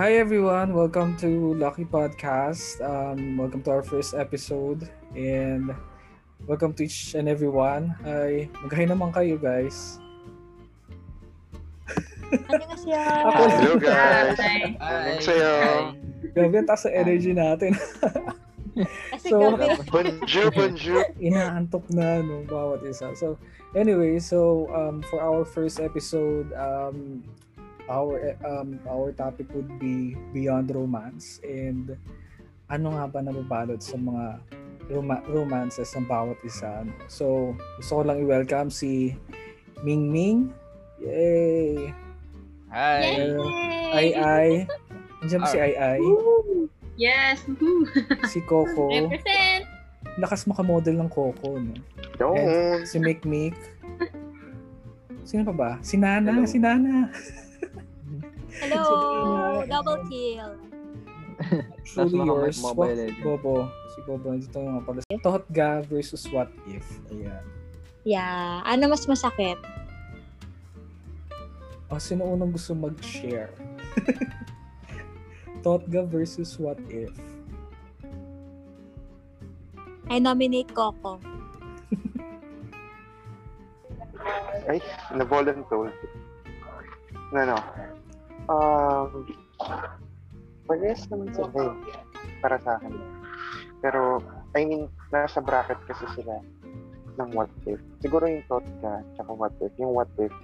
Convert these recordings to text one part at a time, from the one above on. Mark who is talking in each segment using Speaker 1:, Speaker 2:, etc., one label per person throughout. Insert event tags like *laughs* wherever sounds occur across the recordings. Speaker 1: Hi everyone, welcome to Lucky Podcast. Um, welcome to our first episode and welcome to each and everyone. Ay, maghay naman kayo guys.
Speaker 2: 안녕하세요.
Speaker 1: Ako-
Speaker 3: Hello guys!
Speaker 4: Hi.
Speaker 3: Anong sayo?
Speaker 1: Grabe ang taas ng energy natin.
Speaker 2: Kasi
Speaker 1: So- *laughs*
Speaker 2: gabi.
Speaker 3: Bonjour, bonjour!
Speaker 1: Inaantok na no, bawat isa. So anyway, so um, for our first episode, um, our um, our topic would be beyond romance and ano nga ba nababalot sa mga roma- romances ng bawat isa. no? So, gusto ko lang i-welcome si Ming Ming. Yay!
Speaker 4: Hi.
Speaker 1: Hello. Ay Ay. Diyan si Ay Ay.
Speaker 4: Yes. woohoo.
Speaker 1: Si
Speaker 2: *laughs*
Speaker 1: Coco.
Speaker 4: Represent.
Speaker 1: Lakas makamodel ng Coco, no?
Speaker 3: Yun!
Speaker 1: Si Mick Mick. Sino pa ba? Si Nana,
Speaker 3: Hello.
Speaker 1: si Nana.
Speaker 2: Hello. Double kill.
Speaker 1: Truly
Speaker 5: mga
Speaker 1: yours.
Speaker 5: Mobile
Speaker 1: What-
Speaker 5: Legends.
Speaker 1: Bobo. Si Bobo. Dito nga pala. Totga versus What If. Ayan.
Speaker 2: Yeah. Ano mas masakit?
Speaker 1: O, Ah, sino unang gusto mag-share? *laughs* Totga versus What If.
Speaker 2: I nominate Coco.
Speaker 3: Ay, na-voluntold. No, no. Ano, Um, parehas naman sila eh, para sa akin. Pero, I mean, nasa bracket kasi sila ng what if. Siguro yung thought ka, tsaka what if. Yung what if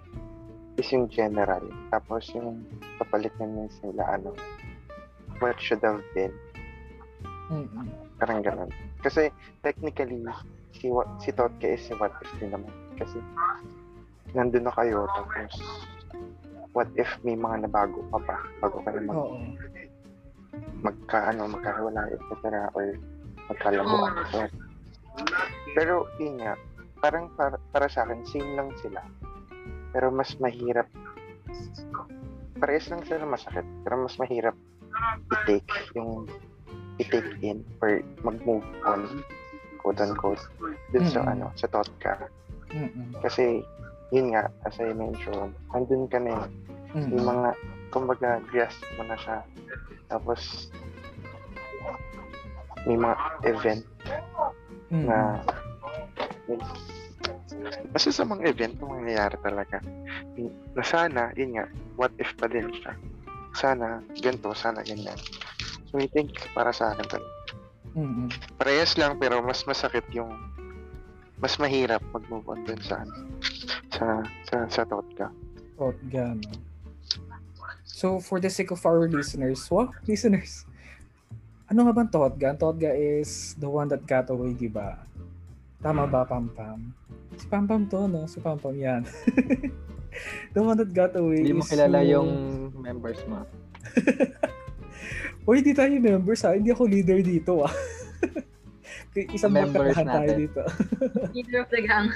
Speaker 3: is yung general. Tapos yung kapalit na minsan nila, ano, what should have been.
Speaker 1: Mm-mm.
Speaker 3: Parang ganun. Kasi technically, si, Wa- si Totke is si What If din naman. Kasi nandun na kayo, tapos what if may mga nabago pa pa bago kayo mag,
Speaker 1: Oo.
Speaker 3: magka, ano, magkahiwalay, etc. or magkalabuan. So, pero yun nga, parang para, para sa akin, same lang sila. Pero mas mahirap parehas lang sila masakit pero mas mahirap i-take yung i-take in or mag-move on quote unquote dun sa
Speaker 1: Mm.
Speaker 3: ano sa thought ka
Speaker 1: Mm-mm.
Speaker 3: kasi yun nga as I mentioned andun ka na eh.
Speaker 1: Mm-mm.
Speaker 3: yung mga kumbaga grasp mo na siya tapos may mga event
Speaker 1: Mm-mm.
Speaker 3: na masasamang event na mangyayari talaga. Na sana, yun nga, what if pa din siya. Sana, ganito, sana ganyan. So I think para sa akin talaga.
Speaker 1: Mm-mm.
Speaker 3: Parehas lang pero mas masakit yung mas mahirap mag-move on dun sa ano, sa sa, sa thought ka.
Speaker 1: Thought ga, no? So, for the sake of our listeners, what? *laughs* Listeners, ano nga bang Totga? Ang Totga is the one that got away, di ba? Tama ba, Pampam? Si Pampam to, no? Si Pampam yan. *laughs* the one that got away
Speaker 5: Hindi mo
Speaker 1: is
Speaker 5: kilala yung members mo.
Speaker 1: Uy, di tayo members ha. Hindi ako leader dito *laughs* ah. Kaya Isang
Speaker 5: Members
Speaker 1: magkatahan tayo
Speaker 5: natin.
Speaker 1: dito. *laughs*
Speaker 4: Leader of the gang.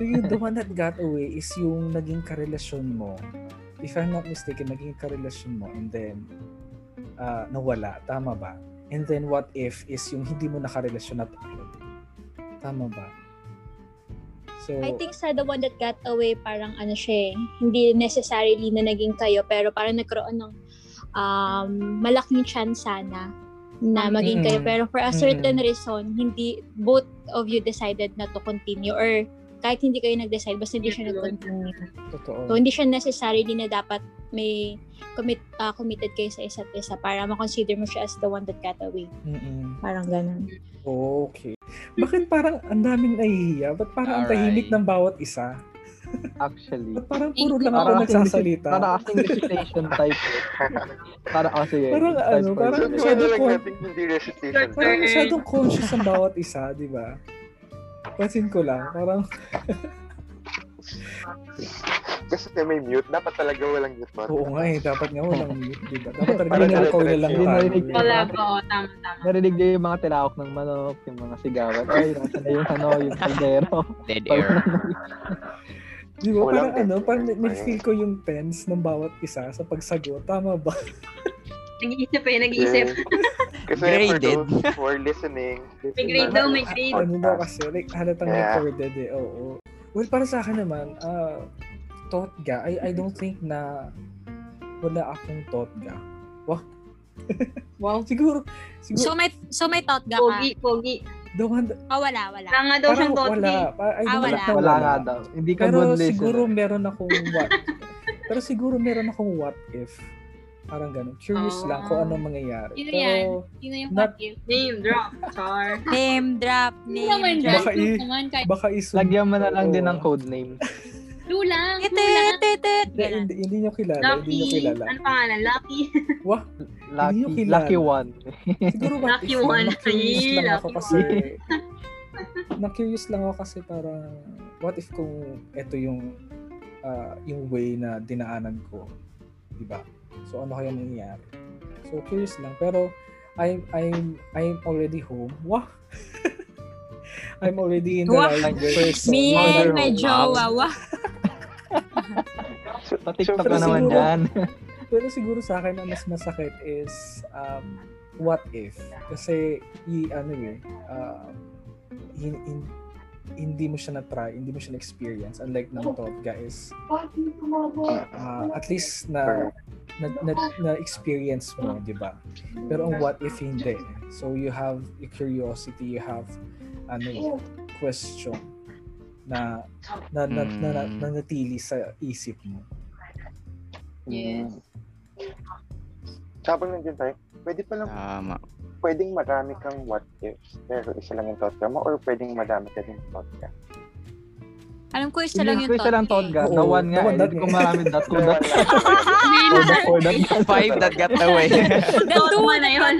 Speaker 1: So yung the one that got away is yung naging karelasyon mo. If I'm not mistaken, naging karelasyon mo and then ah, nawala. Tama ba? And then what if is yung hindi mo nakarelasyon at all. Tama ba? So,
Speaker 2: I think sa the one that got away, parang ano siya eh, hindi necessarily na naging kayo, pero parang nagkaroon ng um, malaking chance sana na maging kayo.
Speaker 1: Mm.
Speaker 2: Pero for a certain reason, hindi, both of you decided na to continue or kahit hindi kayo nag-decide, basta hindi siya nag-continue. So,
Speaker 1: totoo.
Speaker 2: hindi siya necessarily na dapat may commit, ah, committed kayo sa isa't isa para makonsider mo siya as the one that got away.
Speaker 1: Mm-mm.
Speaker 2: Parang ganun.
Speaker 1: Okay. Bakit parang ang daming nahihiya? Ba't parang ang tahimik
Speaker 5: Alright.
Speaker 1: ng bawat isa?
Speaker 5: Actually.
Speaker 1: Ba't parang puro lang Ano ako
Speaker 5: Parang kasing-
Speaker 1: nagsasalita?
Speaker 5: Para kasing recitation type. oh, Para kasi yun.
Speaker 1: Parang ano, parang-
Speaker 3: So,
Speaker 1: Masyado
Speaker 3: pwede lang
Speaker 1: kon-
Speaker 3: natin hindi recitation.
Speaker 1: Parang masyadong conscious ang bawat isa, di ba? Pansin ko lang, parang
Speaker 3: Kasi may mute, dapat talaga walang mute. button.
Speaker 1: oo nga eh, dapat nga walang mute, di ba? Dapat talaga
Speaker 3: Parang
Speaker 1: nila na lang
Speaker 3: Hindi
Speaker 1: tayo.
Speaker 5: narinig.
Speaker 4: Wala
Speaker 1: Diba?
Speaker 4: po. oo, Tama, tama.
Speaker 5: Narinig niyo yung mga tilaok ng manok, yung mga sigawan. Ay, nasa na yung ano, yung kaldero.
Speaker 6: Dead air.
Speaker 1: Di ba?
Speaker 3: Walang
Speaker 1: Parang ano,
Speaker 3: tension.
Speaker 1: parang na-feel ko yung tense ng bawat isa sa pagsagot. Tama ba?
Speaker 4: Nag-iisip eh, nag-iisip.
Speaker 3: Kasi for
Speaker 6: Graded.
Speaker 3: those who are listening,
Speaker 4: May grade daw, may grade.
Speaker 1: ano daw kasi, like, halatang
Speaker 3: Yeah.
Speaker 1: recorded eh, oo. Well, para sa akin naman, ah, uh, totga, I, I don't think na wala akong totga. *laughs* Wow, siguro, siguro,
Speaker 2: So may so may thought ga ka?
Speaker 4: Pogi, pogi.
Speaker 1: the one, that-
Speaker 2: Ah, wala, wala.
Speaker 4: Wala nga daw
Speaker 1: parang
Speaker 4: siyang totally.
Speaker 1: wala. Pa, I
Speaker 2: Ah,
Speaker 1: don't
Speaker 2: wala.
Speaker 1: know,
Speaker 5: Wala nga daw. Hindi ka
Speaker 1: Pero
Speaker 5: good listener.
Speaker 1: siguro meron akong what. pero siguro meron akong what if. Parang ganun. Curious
Speaker 4: Oh.
Speaker 1: lang kung anong mangyayari.
Speaker 2: Ah. Yun
Speaker 1: pero,
Speaker 2: yan. Yun na yung
Speaker 1: Not-
Speaker 2: what if.
Speaker 4: Name drop, char. Ano,
Speaker 2: Name drop,
Speaker 6: Hindi
Speaker 2: name
Speaker 6: naman
Speaker 2: drop.
Speaker 6: just
Speaker 1: Baka
Speaker 6: clue
Speaker 1: i-
Speaker 6: naman. Kahit
Speaker 1: baka isun.
Speaker 5: Lagyan mo na lang
Speaker 1: Oo.
Speaker 5: din ng code name.
Speaker 6: clue lang.
Speaker 2: Tit,
Speaker 6: Clue lang.
Speaker 2: tit, tit, tit.
Speaker 1: Hindi,
Speaker 2: Ganun.
Speaker 1: hindi, hindi nyo kilala. Hindi nyo
Speaker 4: Lucky.
Speaker 1: kilala.
Speaker 4: Ano pangalan? Lucky. *laughs*
Speaker 1: Wah, Hindi nyo
Speaker 5: Lucky,
Speaker 1: kilala.
Speaker 5: lucky one.
Speaker 1: siguro what
Speaker 4: Lucky
Speaker 1: if lang.
Speaker 4: one.
Speaker 1: Na-curious lang
Speaker 4: Lucky
Speaker 1: ako kasi. na-curious lang ako kasi parang what if kung ito yung ah, yung way na dinaanan ko. di ba? So ano kaya nangyayari? So curious lang pero I'm I'm I'm already home. Wah. *laughs* I'm already in the
Speaker 2: Wah!
Speaker 1: right person.
Speaker 2: Me eh, and
Speaker 5: Mother
Speaker 2: my
Speaker 5: of
Speaker 2: jowa.
Speaker 5: love.
Speaker 2: Wah,
Speaker 3: So, so,
Speaker 5: Patiktok ka naman
Speaker 1: siguro-
Speaker 5: dyan.
Speaker 1: Pero siguro sa akin ang mas masakit is um, what if? Kasi i ano eh, uh, hin- hin- hindi mo siya na-try, hindi mo siya na-experience. Unlike ng Todga is uh, at least na na, na, experience mo, di ba? Pero ang what if hindi. So you have a curiosity, you have ano eh, question na na, na, na, na,
Speaker 7: Mm.
Speaker 1: nanatili sa isip mo.
Speaker 4: Yes.
Speaker 3: Sabang nandiyan tayo, pwede palang
Speaker 7: Tama.
Speaker 3: pwedeng marami kang what ifs, pero isa lang yung thought ka mo, or pwedeng marami ka din thought ka.
Speaker 2: alam ko isa lang yung
Speaker 5: Isa lang thought
Speaker 2: thought.
Speaker 5: ga.
Speaker 1: Oo.
Speaker 5: The one nga.
Speaker 1: The one
Speaker 5: eh.
Speaker 1: that-
Speaker 5: Hindi ko marami that
Speaker 3: Pero
Speaker 5: code.
Speaker 1: *laughs*
Speaker 5: that-
Speaker 3: wala.
Speaker 5: Or that- or that-
Speaker 7: Five that got away.
Speaker 6: *laughs*
Speaker 2: The
Speaker 4: Thought
Speaker 2: two
Speaker 4: mo
Speaker 2: na
Speaker 4: na
Speaker 2: yun.
Speaker 4: yun.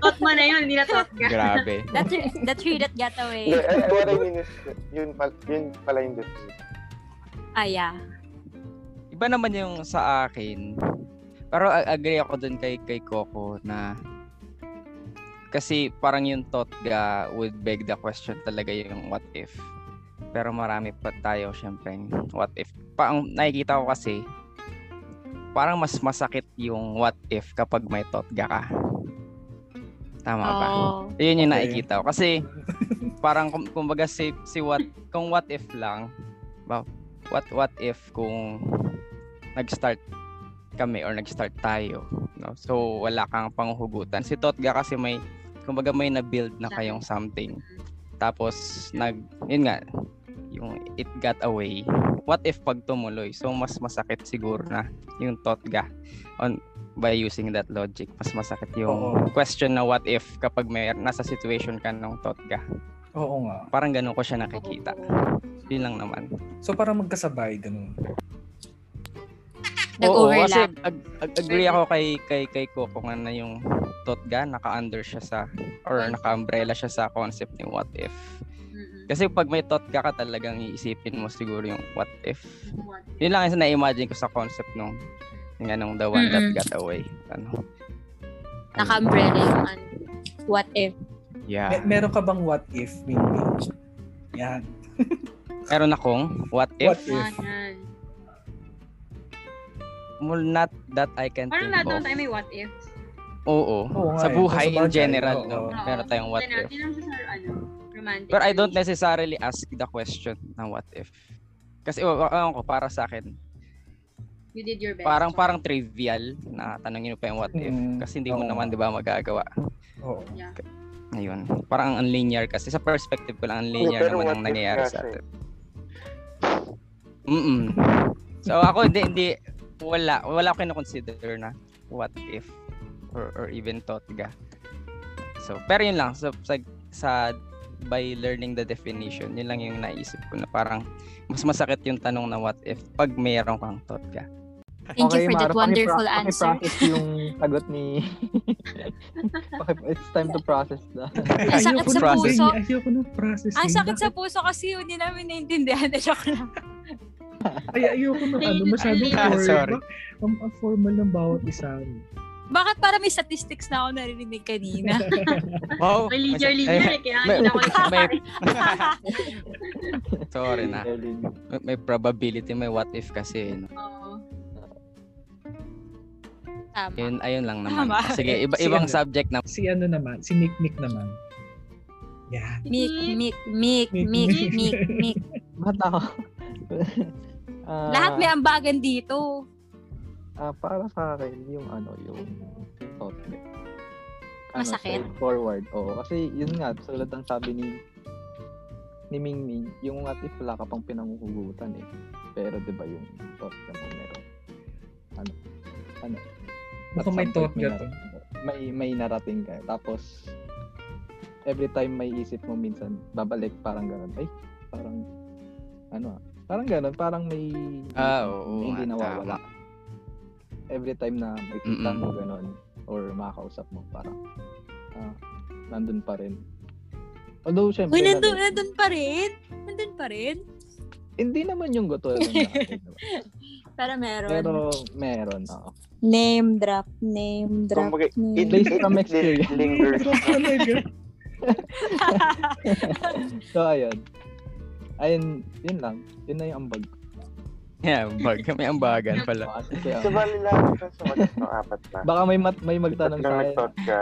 Speaker 4: Thought mo na yun, hindi na thought ka.
Speaker 7: Grabe.
Speaker 2: *laughs* The three, the three that got away.
Speaker 3: Hindi, eh, what I mean is, yun, pal- yun pala yung difference.
Speaker 2: Ah, yeah.
Speaker 7: Iba naman yung sa akin. Pero a- agree ako dun kay, kay Coco na kasi parang yung thought ga would beg the question talaga yung what if. Pero marami pa tayo syempre what if. Pa, ang nakikita ko kasi parang mas masakit yung what if kapag may thought ga ka. Tama ba?
Speaker 2: Oh.
Speaker 1: Okay.
Speaker 7: Yun yung nakikita ko. Kasi parang kum- kumbaga si, si what, kung what if lang, wow, what what if kung nag-start kami or nag-start tayo. No? So wala kang panghugutan. Si Totga kasi may kumbaga may na-build na kayong something. Tapos nag yun nga yung it got away. What if pag tumuloy? So mas masakit siguro na yung Totga on by using that logic. Mas masakit yung
Speaker 1: Oo.
Speaker 7: question na what if kapag may nasa situation ka nung Totga.
Speaker 1: Oo nga.
Speaker 7: Parang ganun ko siya nakikita. Yun lang naman.
Speaker 1: So parang magkasabay, ganun.
Speaker 7: kasi
Speaker 2: Nag-overlap.
Speaker 7: ag- ag- agree ako kay kay kay Coco nga na yung Totga naka-under siya sa or naka-umbrella siya sa concept ni what if.
Speaker 4: Mm-mm.
Speaker 7: Kasi pag may Totga ka talagang iisipin mo siguro yung what if.
Speaker 4: What if?
Speaker 7: Yun lang yung na-imagine ko sa concept nung yung anong the one that
Speaker 2: Mm-mm.
Speaker 7: got away. Ano?
Speaker 2: Naka-umbrella yung ano. What if?
Speaker 7: Yeah.
Speaker 1: Me- meron ka bang what if, Mindy? Yan.
Speaker 7: Meron akong what if
Speaker 1: What
Speaker 4: Yan,
Speaker 1: if?
Speaker 4: yan.
Speaker 7: well, not that I can
Speaker 4: Parang
Speaker 7: think
Speaker 4: lahat ng
Speaker 7: of.
Speaker 4: tayo may what ifs.
Speaker 7: Oo.
Speaker 1: Oo nga
Speaker 7: sa
Speaker 1: eh.
Speaker 7: buhay
Speaker 1: Sa
Speaker 7: in
Speaker 1: bagay,
Speaker 7: general,
Speaker 1: oo.
Speaker 7: no?
Speaker 1: Oo.
Speaker 7: Meron tayong what
Speaker 4: Hindi na-
Speaker 7: if.
Speaker 4: hindi lang siya sa, ano, romantic.
Speaker 7: But I don't necessarily ask the question na what if. Kasi oh, oh, ewan ko para sa akin,
Speaker 4: You did your best.
Speaker 7: parang parang trivial na tanongin mo pa yung what if
Speaker 1: Mm,
Speaker 7: kasi hindi mo
Speaker 1: oo.
Speaker 7: naman 'di ba magagawa.
Speaker 1: Oo.
Speaker 7: Ayun. Parang ang linear kasi sa perspective ko lang ang
Speaker 3: Yeah,
Speaker 7: linear
Speaker 3: Ano, pero
Speaker 7: naman
Speaker 3: what
Speaker 7: ang
Speaker 3: if eh?
Speaker 7: nangyayari
Speaker 3: kasi?
Speaker 7: sa atin. Mm. So ako hindi hindi wala wala ko consider na what if or, or even thought ga. So pero yun lang so, sa sa by learning the definition, yun lang yung naisip ko na parang mas masakit yung tanong na what if pag mayroon kang thought ka.
Speaker 2: Thank you for that
Speaker 5: Mara,
Speaker 2: wonderful
Speaker 5: pakipro-
Speaker 2: answer.
Speaker 5: pakiprocess yung sagot ni... *laughs* Pakip- It's time to process na.
Speaker 2: Ang sakit
Speaker 1: Ayoko
Speaker 2: *laughs* sa
Speaker 1: na-
Speaker 2: puso.
Speaker 1: Ayoko na process. eh.
Speaker 2: Ang sakit sa puso kasi yun, hindi namin naiintindihan. *laughs* Joke lang.
Speaker 1: Ay, ayoko na ano, masyadong
Speaker 4: Ah,
Speaker 1: formal.
Speaker 7: sorry.
Speaker 1: Ang, ang formal ng bawat isa.
Speaker 2: Bakit para may statistics na ako narinig kanina?
Speaker 7: Wow.
Speaker 4: May leader, leader. eh, Kaya
Speaker 7: *laughs* may-
Speaker 4: hindi ako
Speaker 7: may- Sorry na.
Speaker 3: *laughs*
Speaker 5: Early.
Speaker 7: May, may probability, may what if kasi. No?
Speaker 4: Oo.
Speaker 2: Tama.
Speaker 7: Yun, ayun lang naman.
Speaker 2: Tama.
Speaker 7: Sige, iba,
Speaker 1: Sige.
Speaker 7: ibang subject na.
Speaker 1: Si ano naman, si Nick Nick naman. Yeah.
Speaker 2: Mik, mik, mik,
Speaker 1: Mik,
Speaker 2: mik,
Speaker 1: mik.
Speaker 2: mik, mik.
Speaker 5: Ba't ako? *laughs* Ah,
Speaker 2: Lahat may ambagan dito.
Speaker 5: ah, para sa akin, yung ano, yung topic.
Speaker 2: Masakit?
Speaker 5: forward. Oo, kasi yun nga, tulad ng sabi ni ni Mingming, yung what if wala ka pang pinanguhugutan eh. Pero di ba yung thought na mo meron? Ano? Ano?
Speaker 1: Baka
Speaker 5: At
Speaker 1: may
Speaker 5: some
Speaker 1: thought
Speaker 5: point, may
Speaker 1: ka to.
Speaker 5: nar- May, may narating ka. Tapos, every time may isip mo minsan, babalik parang ganun. Ay, parang, ano ah, parang ganun, parang may,
Speaker 7: Ah, oo
Speaker 5: may
Speaker 7: nga,
Speaker 5: hindi nawawala.
Speaker 7: tama.
Speaker 5: Every time na makikita
Speaker 7: Mm-mm.
Speaker 5: mo ganun, or makakausap mo, parang, ah, nandun pa rin. Although,
Speaker 2: Uy,
Speaker 5: syempre,
Speaker 2: nandun,
Speaker 5: lalo-
Speaker 2: nandun pa rin? Nandun pa rin?
Speaker 5: hindi naman yung
Speaker 2: *laughs*
Speaker 5: goto yun.
Speaker 2: Pero meron.
Speaker 5: Pero, meron, oo.
Speaker 2: Name drop, name drop,
Speaker 3: Kumbaga,
Speaker 2: name
Speaker 5: Based from
Speaker 3: lin-
Speaker 5: experience.
Speaker 3: lingers.
Speaker 5: So, ayun. Ayun, yun lang. Yun na yung ambag.
Speaker 7: *laughs* Yeah, bag. May ambagan
Speaker 2: *laughs*
Speaker 7: pala.
Speaker 5: Kasi, ah,
Speaker 3: So, bali lang sa sumagot ng apat na.
Speaker 5: Baka may mat, may
Speaker 3: Tatlong
Speaker 5: magtanong sa akin.
Speaker 3: nag-thought ka,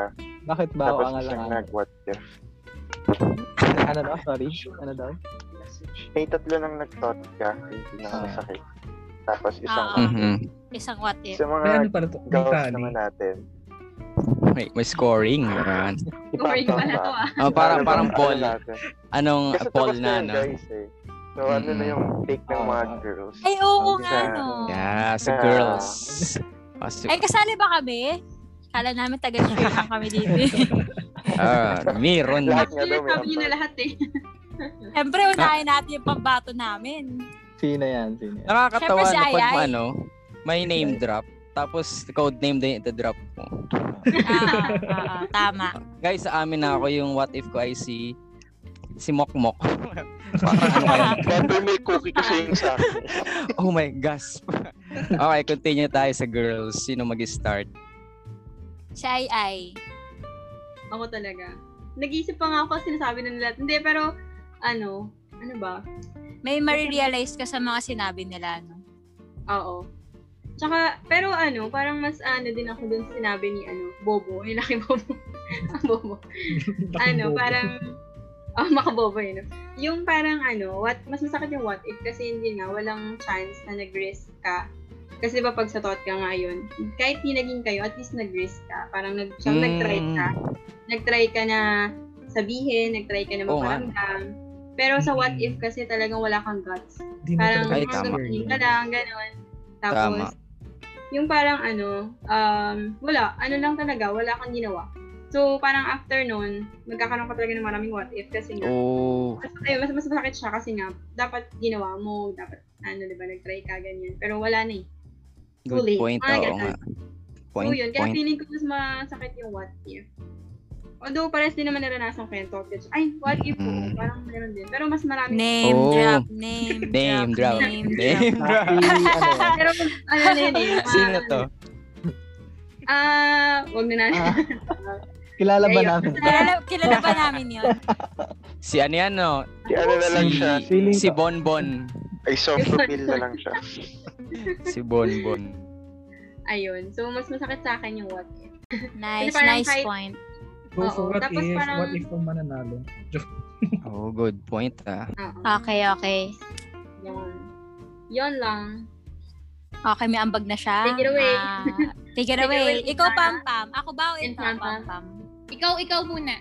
Speaker 5: Bakit ba ako
Speaker 3: tapos
Speaker 5: ang
Speaker 3: isang
Speaker 5: alangan?
Speaker 3: nag-what if.
Speaker 5: Ano daw? Sorry. Ano daw?
Speaker 3: May tatlo nang nag-thought ka, hindi
Speaker 7: Ah.
Speaker 3: nakakasakit. Tapos isang
Speaker 2: Ah.
Speaker 3: what
Speaker 7: Mhm.
Speaker 2: Isang what
Speaker 3: if.
Speaker 2: if.
Speaker 3: Sa
Speaker 1: May ano
Speaker 3: mga
Speaker 1: para to? May
Speaker 3: goals
Speaker 1: tali.
Speaker 3: naman natin.
Speaker 7: May, may scoring. ganun.
Speaker 4: Over
Speaker 3: ipapasa
Speaker 4: pala to ah.
Speaker 7: Ah,
Speaker 3: Ano
Speaker 7: parang,
Speaker 3: ba-
Speaker 7: parang
Speaker 3: ano
Speaker 7: ball.
Speaker 3: natin?
Speaker 7: Anong
Speaker 3: Kasi
Speaker 7: ah, ball
Speaker 3: tapos na
Speaker 7: na,
Speaker 3: yun,
Speaker 7: no? Mm-hmm.
Speaker 3: guys eh. So, ano na yung take ng mga
Speaker 5: Ah.
Speaker 3: girls?
Speaker 2: Ay, oo
Speaker 5: Ang
Speaker 2: nga,
Speaker 3: isa.
Speaker 2: no.
Speaker 7: Yeah, sa
Speaker 3: Ah.
Speaker 7: girls. Ah, si-
Speaker 2: Ay, kasali ba kami? Kala namin taga-cheer lang kami dito. eh.
Speaker 7: ah,
Speaker 3: *laughs*
Speaker 7: meron na.
Speaker 3: Lahat nga daw
Speaker 4: Actually,
Speaker 3: may
Speaker 4: sabi niyo na
Speaker 3: ambag.
Speaker 4: lahat eh. *laughs*
Speaker 2: Siyempre, unahin natin yung pambato namin.
Speaker 5: Sino yan? Sino
Speaker 7: *laughs*
Speaker 5: yan?
Speaker 7: Nakakatawa
Speaker 2: Siyempre si
Speaker 7: na pag
Speaker 2: Ayay.
Speaker 7: ano, may name drop. Tapos code name din ito drop mo.
Speaker 2: Ah, ah, ah, tama.
Speaker 7: Guys, sa amin na ako yung what if ko ay si si Mokmok. *laughs* parang ano yun?
Speaker 3: Dati may cookie kasi yung sa akin.
Speaker 7: *laughs* Oh my gasp. okay, continue tayo sa girls. Sino mag-start?
Speaker 2: Si Ai Ai.
Speaker 4: Ako talaga. Nag-iisip pa nga ako kasi sinasabi na nila. Hindi, pero ano, ano ba?
Speaker 2: May marirealize ka sa mga sinabi nila, no?
Speaker 4: Oo. Tsaka, pero ano, parang mas ano din ako dun sa sinabi ni ano, Bobo. Yung laki Bobo. *laughs* Ang Bobo. ano, parang, *laughs* ah, makabobo yun. no? Yung parang ano, what, mas masakit yung what if kasi hindi nga, walang chance na nag-risk ka. Kasi diba pag sa thought ka nga yun, kahit hindi naging kayo, at least nag-risk ka. Parang nag, siyang
Speaker 7: Mm.
Speaker 4: nag-try ka. Nag-try ka na sabihin, nag-try ka na
Speaker 7: Oo nga.
Speaker 4: maparamdam. Pero sa what
Speaker 1: Mm.
Speaker 4: if kasi talagang wala kang guts.
Speaker 1: Di mo
Speaker 4: Parang
Speaker 1: talaga
Speaker 7: Ay,
Speaker 4: hanggang
Speaker 7: tama.
Speaker 4: tingin
Speaker 1: experience.
Speaker 4: ka lang, gano'n. Tapos,
Speaker 7: Tama.
Speaker 4: yung parang ano, um, wala, ano lang talaga, wala kang ginawa. So, parang after nun, magkakaroon ka talaga ng maraming what if kasi nga,
Speaker 7: Oh,
Speaker 4: mas, ay, mas, mas masakit siya kasi nga, dapat ginawa mo, dapat, ano, di ba, nag-try ka, ganyan. Pero wala na eh.
Speaker 7: good
Speaker 4: Huli.
Speaker 7: point.
Speaker 4: Ah,
Speaker 7: Oo
Speaker 4: ganun.
Speaker 7: nga.
Speaker 4: So,
Speaker 7: Point,
Speaker 4: yun, kaya
Speaker 7: point.
Speaker 4: feeling ko mas masakit yung what if. Although, parehas din naman naranasan ko yung talk which, ay, what if po,
Speaker 7: Mm.
Speaker 4: parang meron din. Pero mas marami.
Speaker 2: Name
Speaker 7: Oh.
Speaker 2: drop, name,
Speaker 7: Name drop.
Speaker 2: name
Speaker 7: *laughs*
Speaker 2: drop.
Speaker 7: Name drop.
Speaker 5: Happy, ano yan?
Speaker 4: Pero, ano na yun eh. mga-
Speaker 7: Sino to?
Speaker 4: Ah, wag na natin.
Speaker 5: Ah, kilala ba
Speaker 4: Ayun.
Speaker 5: namin?
Speaker 2: Kilala, kilala ba namin yun?
Speaker 7: Si ano yan, no?
Speaker 3: Di ano na lang siya,
Speaker 7: Si,
Speaker 5: Feeling
Speaker 7: si
Speaker 5: ko-
Speaker 4: *laughs*
Speaker 7: Bonbon.
Speaker 3: ay soft appeal na lang siya.
Speaker 7: Si Bonbon.
Speaker 4: Ayun. So, mas masakit sa akin yung what if.
Speaker 2: Nice,
Speaker 4: parang
Speaker 2: nice
Speaker 4: kahit-
Speaker 2: point.
Speaker 1: Go for
Speaker 4: Oo,
Speaker 1: what
Speaker 4: tapos
Speaker 1: if,
Speaker 4: parang-
Speaker 1: what if ang mananalo?
Speaker 7: Oh, good point, ah.
Speaker 4: Oo.
Speaker 2: Okay, okay.
Speaker 4: Yun. Yun lang.
Speaker 2: Okay, may ambag na siya.
Speaker 4: Take it away.
Speaker 2: Ah, take it
Speaker 4: Take it
Speaker 2: away.
Speaker 4: away,
Speaker 2: Ikaw,
Speaker 4: Ika.
Speaker 2: Pam Pam. Ako ba o
Speaker 4: And
Speaker 2: ikaw,
Speaker 4: Pam,
Speaker 2: Pam
Speaker 4: Pam.
Speaker 2: Pam?
Speaker 4: Ikaw, ikaw muna.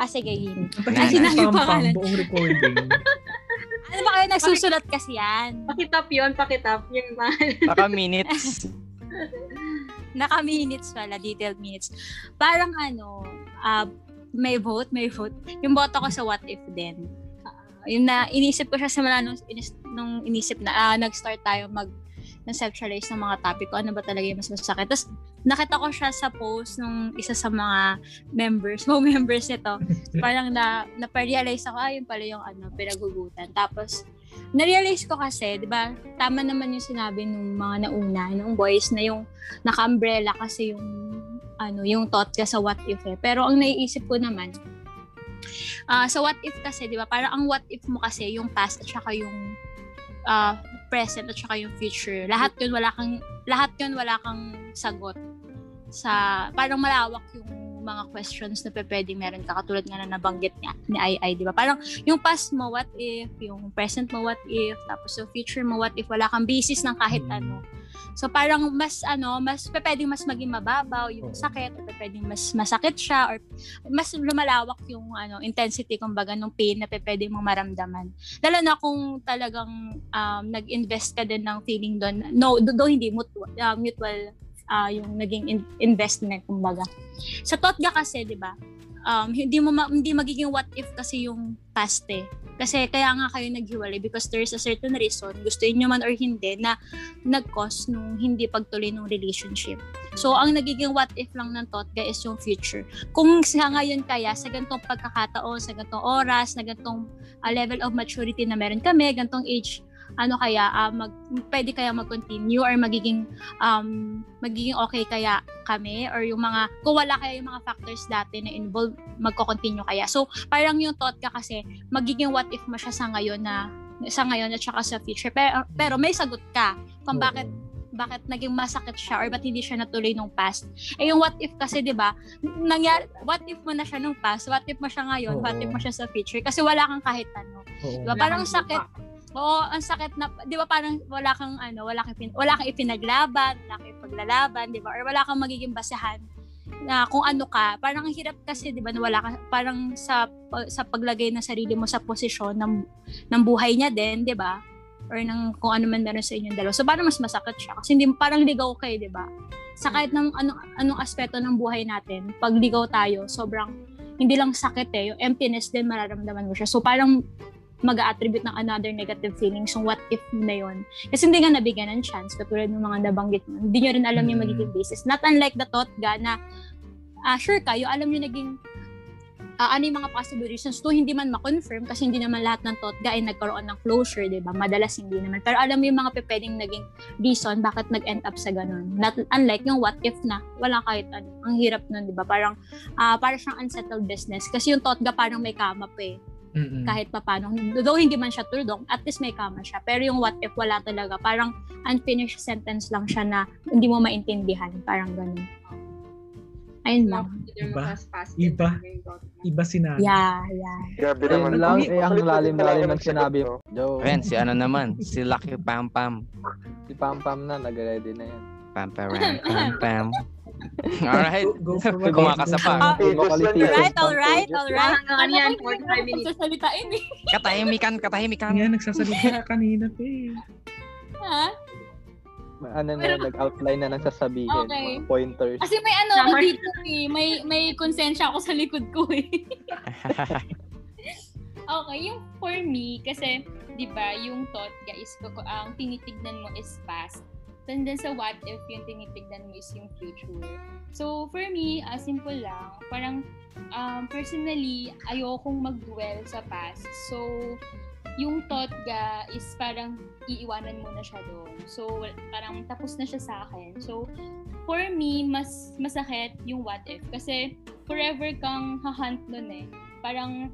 Speaker 2: Ah, sige, yun.
Speaker 1: Ang
Speaker 7: Ay,
Speaker 1: tagal ng
Speaker 2: sinabi yung
Speaker 1: pam-pam,
Speaker 2: pangalan.
Speaker 1: buong recording.
Speaker 2: Ano ba kayo nagsusulat kasi yan?
Speaker 4: Pakitap yun, pakitap. Yung mga...
Speaker 7: Naka minutes.
Speaker 2: Naka-minutes pala, detailed minutes. Parang ano, ah, may vote, may vote. Yung boto ko sa what if din. Ah, yun na, inisip ko siya sa mula nung, inis, nung inisip na, ah, nag-start tayo mag conceptualize ng mga topic ko, ano ba talaga yung mas masakit. Tapos, nakita ko siya sa post nung isa sa mga members, *laughs* mo members nito. Parang na, naparealize ako, ah, yun pala yung ano, pinagugutan. Tapos, narealize ko kasi, di ba, tama naman yung sinabi nung mga nauna, nung boys na yung naka-umbrella kasi yung ano, yung thought ka sa what if eh. Pero ang naiisip ko naman, ah, sa what if kasi, di ba, parang ang what if mo kasi, yung past at saka yung ah, present at saka yung future. Lahat yun, wala kang, lahat yun, wala kang sagot sa, parang malawak yung mga questions na pe- pwede meron ka katulad nga na nabanggit ni, ni II, di ba? Parang yung past mo, what if? Yung present mo, what if? Tapos yung future mo, what if? Wala kang basis ng kahit
Speaker 1: Mm.
Speaker 2: ano. So parang mas ano, mas pe- pwedeng mas maging mababaw yung
Speaker 1: Oo.
Speaker 2: sakit, or pe- pwedeng mas masakit siya or mas lumalawak yung ano intensity kumbaga ng pain na pe- pwede mong maramdaman. Lalo na kung talagang um, nag-invest ka din ng feeling doon. No, do- though hindi mutual, ah, mutual ah, yung naging in- investment kumbaga. Sa Totga kasi, 'di ba? Um, hindi mo ma- hindi magiging what if kasi yung past eh. Kasi kaya nga kayo naghiwalay because there is a certain reason, gusto niyo man or hindi, na nag-cause nung hindi pagtuloy ng relationship. So, ang nagiging what if lang ng Totga is yung future. Kung sa ngayon kaya, sa gantong pagkakataon, sa gantong oras, na gantong ah, level of maturity na meron kami, gantong age, ano kaya, ah, mag, pwede kaya mag-continue or magiging, um, magiging okay kaya kami or yung mga, kung wala kaya yung mga factors dati na involved, magko-continue kaya. So, parang yung thought ka kasi, magiging what if mo siya sa ngayon na sa ngayon at saka sa future. Pero, pero may sagot ka kung bakit bakit naging masakit siya or ba't hindi siya natuloy nung past. Eh yung what if kasi 'di ba? Nangyari what if mo na siya nung past, what if mo siya ngayon, what
Speaker 1: Oo.
Speaker 2: if mo siya sa future kasi wala kang kahit ano.
Speaker 1: Oo.
Speaker 2: 'Di ba? Parang sakit. Oo, ang sakit na 'di ba parang wala kang ano, wala kang pin- wala kang ipinaglaban, wala kang ipaglalaban, 'di ba? Or wala kang magiging basehan na kung ano ka. Parang ang hirap kasi 'di ba na wala ka parang sa sa paglagay ng sarili mo sa posisyon ng ng buhay niya din, 'di ba? Or ng kung ano man meron sa inyong dalawa. So parang mas masakit siya kasi hindi parang ligaw kayo, 'di ba? Sa kahit ng anong anong aspeto ng buhay natin, pag ligaw tayo, sobrang hindi lang sakit eh, yung emptiness din mararamdaman mo siya. So parang mag-attribute ng another negative feeling. So what if na yun? Kasi hindi nga nabigyan ng chance, katulad ng mga nabanggit mo. Hindi nyo rin alam yung
Speaker 1: Mm.
Speaker 2: magiging basis. Not unlike the thought ga na ah, sure kayo, alam nyo naging ah, ano yung mga possible reasons to hindi man ma-confirm kasi hindi naman lahat ng TOTGA ay nagkaroon ng closure, di ba? Madalas hindi naman. Pero alam mo yung mga pe- pwedeng naging reason bakit nag-end up sa ganun. Not, unlike yung what if na, wala kahit ano. Ang hirap nun, di ba? Parang, ah parang siyang unsettled business. Kasi yung TOTGA parang may kama pa eh
Speaker 1: Mm-mm.
Speaker 2: kahit papano. Though hindi man siya tuldong, at least may kama siya. Pero yung what if wala talaga, parang unfinished sentence lang siya na hindi mo maintindihan. Parang ganun. Ayun lang.
Speaker 1: Iba. Iba. Iba sinabi.
Speaker 2: Yeah, yeah.
Speaker 3: Grabe
Speaker 5: Ayun
Speaker 3: naman.
Speaker 5: lang,
Speaker 3: Uy,
Speaker 5: eh,
Speaker 3: papalit-palit
Speaker 5: ang lalim-lalim
Speaker 3: talaga
Speaker 5: ng sinabi.
Speaker 3: sagot, no?
Speaker 5: Joe,
Speaker 7: Ayan, si ano naman, si Lucky Pam Pam.
Speaker 5: si Pam Pam na, nag-ready na yan.
Speaker 7: Pam Pam Pam
Speaker 4: *laughs*
Speaker 7: Pam. Alright.
Speaker 1: Go, go
Speaker 7: *laughs*
Speaker 1: for what?
Speaker 7: Kumakasa pa.
Speaker 1: Go for what?
Speaker 3: Pages lang yan.
Speaker 2: Alright, alright, alright.
Speaker 4: Hanggang ano yan, 45 minutes.
Speaker 2: Sasalitain eh.
Speaker 7: Katahimikan, katahimikan.
Speaker 1: Nga, nagsasalita
Speaker 4: *laughs*
Speaker 1: ka kanina pa eh.
Speaker 2: Ha?
Speaker 5: Ano na,
Speaker 2: Pero-
Speaker 5: nag-outline na ng sasabihin.
Speaker 2: Okay.
Speaker 5: Mga pointers.
Speaker 2: Kasi may ano ako
Speaker 4: Summer.
Speaker 2: dito eh. May, may konsensya ako sa likod ko eh.
Speaker 6: Okay, yung for me, kasi, di ba, yung thought ka is, kung ang tinitignan mo is past. Then, dun sa what if yung tinitignan mo is yung future. So, for me, ah, simple lang. Parang, um, personally, ayokong mag-dwell sa past. So, yung thought ga is parang iiwanan mo na siya doon. So, wal- parang tapos na siya sa akin. So, for me, mas masakit yung what if. Kasi, forever kang hahunt nun eh. Parang,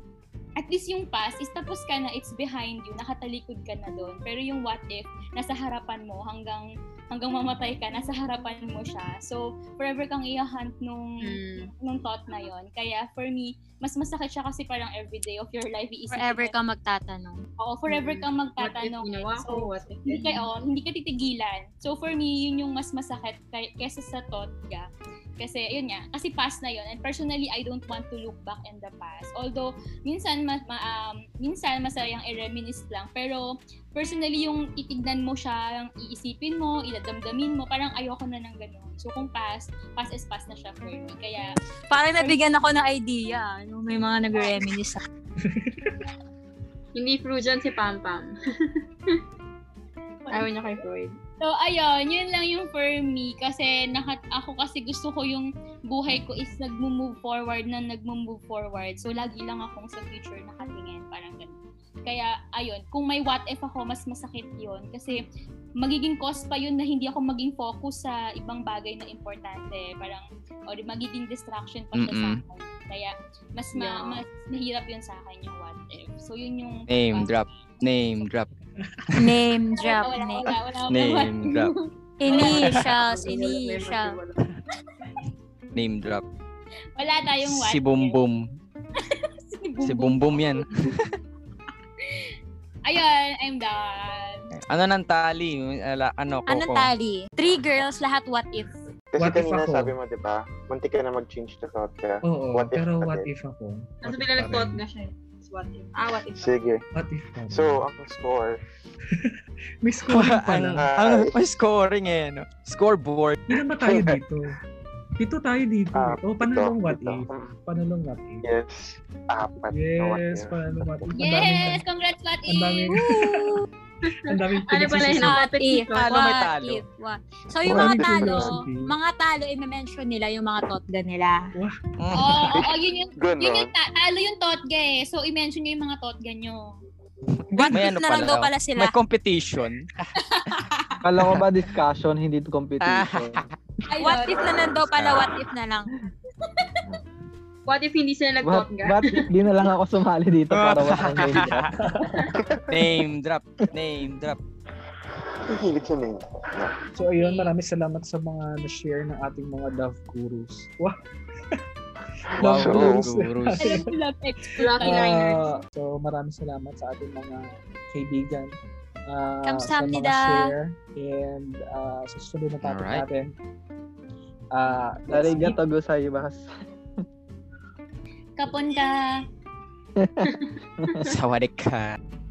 Speaker 6: at least yung past is tapos ka na, it's behind you, nakatalikod ka na doon. Pero yung what if, nasa harapan mo hanggang hanggang mamatay ka, nasa harapan mo siya. So, forever kang i-hunt nung,
Speaker 4: Mm.
Speaker 6: nung thought na yon Kaya, for me, mas masakit siya kasi parang everyday of your life, iisipin
Speaker 2: Forever
Speaker 6: mo.
Speaker 2: ka magtatanong.
Speaker 6: Oo, forever
Speaker 4: Mm.
Speaker 6: kang
Speaker 4: What if
Speaker 6: magtatanong.
Speaker 4: ginawa
Speaker 6: eh.
Speaker 4: ko?
Speaker 6: So,
Speaker 4: What if
Speaker 6: hindi ka, oh, hindi ka titigilan. So, for me, yun yung mas masakit kay- kesa sa thought ka. Kasi, yun nga, kasi past na yun. And personally, I don't want to look back in the past. Although, minsan, ma, ma- um, minsan masayang i-reminisce lang. Pero, personally, yung titignan mo siya, yung iisipin mo, iladamdamin mo, parang ayoko na ng ganun. So, kung past, past is past na siya for me. Kaya,
Speaker 2: Parang nabigyan ako ng idea. Ano, may mga nag-reminis
Speaker 7: *laughs*
Speaker 2: ako.
Speaker 4: Hindi Freud dyan si Pam Pam. Ayaw niya kay Freud.
Speaker 6: So, ayun, yun lang yung for me. Kasi nakat ako kasi gusto ko yung buhay ko is nag-move forward na nag-move forward. So, lagi lang akong sa future nakatingin. Parang ganun. Kaya, ayun, kung may what if ako, mas masakit yun. Kasi, magiging cause pa yun na hindi ako maging focus sa ibang bagay na importante. Parang, o di magiging distraction pa siya sa
Speaker 7: Mm-mm.
Speaker 6: akin. Kaya, mas, ma-
Speaker 4: Yeah.
Speaker 6: mas mahirap yun sa akin yung what if. So, yun yung...
Speaker 7: Name drop. Name drop.
Speaker 2: Name
Speaker 6: Wala,
Speaker 2: drop.
Speaker 6: wala,
Speaker 2: Name.
Speaker 6: wala, wala, wala,
Speaker 7: Name drop.
Speaker 2: Initials, initials.
Speaker 7: Name drop.
Speaker 6: Wala tayong what
Speaker 7: Si Boom
Speaker 6: if.
Speaker 7: Boom.
Speaker 6: si
Speaker 7: Si
Speaker 6: Bumbum.
Speaker 7: Boom Boom yan.
Speaker 6: Ayun, I'm done.
Speaker 7: Ano nang tali? Ala- Ano, Coco?
Speaker 2: Anong tali? Three girls, lahat what if.
Speaker 3: Kasi
Speaker 8: What if
Speaker 3: kanina
Speaker 8: ako?
Speaker 3: sabi mo, di ba? Munti ka na mag-change to thought ka.
Speaker 8: Oo,
Speaker 3: What if
Speaker 8: pero
Speaker 3: pa
Speaker 8: what
Speaker 3: din?
Speaker 8: if ako? What
Speaker 4: Tapos
Speaker 8: if
Speaker 4: bigla
Speaker 8: pa
Speaker 4: nag-thought
Speaker 8: rin?
Speaker 4: na siya. eh. What if? Ah, what if?
Speaker 3: Sige.
Speaker 8: What if pa rin?
Speaker 3: So, ang score.
Speaker 8: may
Speaker 3: *laughs*
Speaker 8: scoring
Speaker 7: *laughs* ano,
Speaker 8: pala.
Speaker 7: ano, may scoring eh, no? Scoreboard.
Speaker 8: Ilan ba tayo dito? Pito tayo dito.
Speaker 3: Ah,
Speaker 8: oh, panalong what
Speaker 3: ito.
Speaker 8: if? Panalong what if?
Speaker 3: Yes. Apat na what
Speaker 8: Yes,
Speaker 3: if.
Speaker 8: panalong what if? Ang
Speaker 6: Yes! Congrats, what
Speaker 8: daming- Ang daming...
Speaker 6: if?
Speaker 1: *laughs*
Speaker 8: Ang daming
Speaker 4: Ano pala yun?
Speaker 2: What
Speaker 4: What
Speaker 2: if?
Speaker 4: if?
Speaker 7: Talo, may
Speaker 2: What
Speaker 7: talo.
Speaker 2: if? What? So yung mga
Speaker 3: What if
Speaker 2: talo,
Speaker 8: university?
Speaker 2: mga talo, i-mention nila yung mga totga nila.
Speaker 6: Oo,
Speaker 7: Mm.
Speaker 6: oh, yun yung yun
Speaker 3: Ganon.
Speaker 6: yung ta- talo yung totga eh. So, i-mention nyo yung mga totga nyo.
Speaker 2: What if
Speaker 7: May ano
Speaker 2: na lang
Speaker 7: pala,
Speaker 2: daw
Speaker 7: oh.
Speaker 2: pala sila?
Speaker 7: May competition.
Speaker 5: Kala ko ba discussion, hindi to competition.
Speaker 6: Ayun.
Speaker 2: What if na lang daw pala, what if na lang.
Speaker 4: What if hindi sila
Speaker 5: What,
Speaker 4: nag-thought nga?
Speaker 5: what if di na lang ako sumali dito para walang ganyan?
Speaker 7: name drop. Name drop.
Speaker 3: Ang hilig sa name.
Speaker 1: So ayun, maraming salamat sa mga na-share ng ating mga love gurus. *laughs* Wow.
Speaker 7: Wow,
Speaker 3: So-
Speaker 7: gurus.
Speaker 2: Ano?
Speaker 7: gurus.
Speaker 6: Alam ko, love expert.
Speaker 4: Lucky liners.
Speaker 1: Ah, so maraming salamat sa ating mga kaibigan. ah, sa mga
Speaker 2: Kamsahamnida.
Speaker 1: share. And ah, sa susunod na topic
Speaker 7: Alright.
Speaker 1: natin. Ah, let's
Speaker 5: Narigat to go sa'yo bahas.
Speaker 6: Kapon ka.
Speaker 7: Sawadik ka.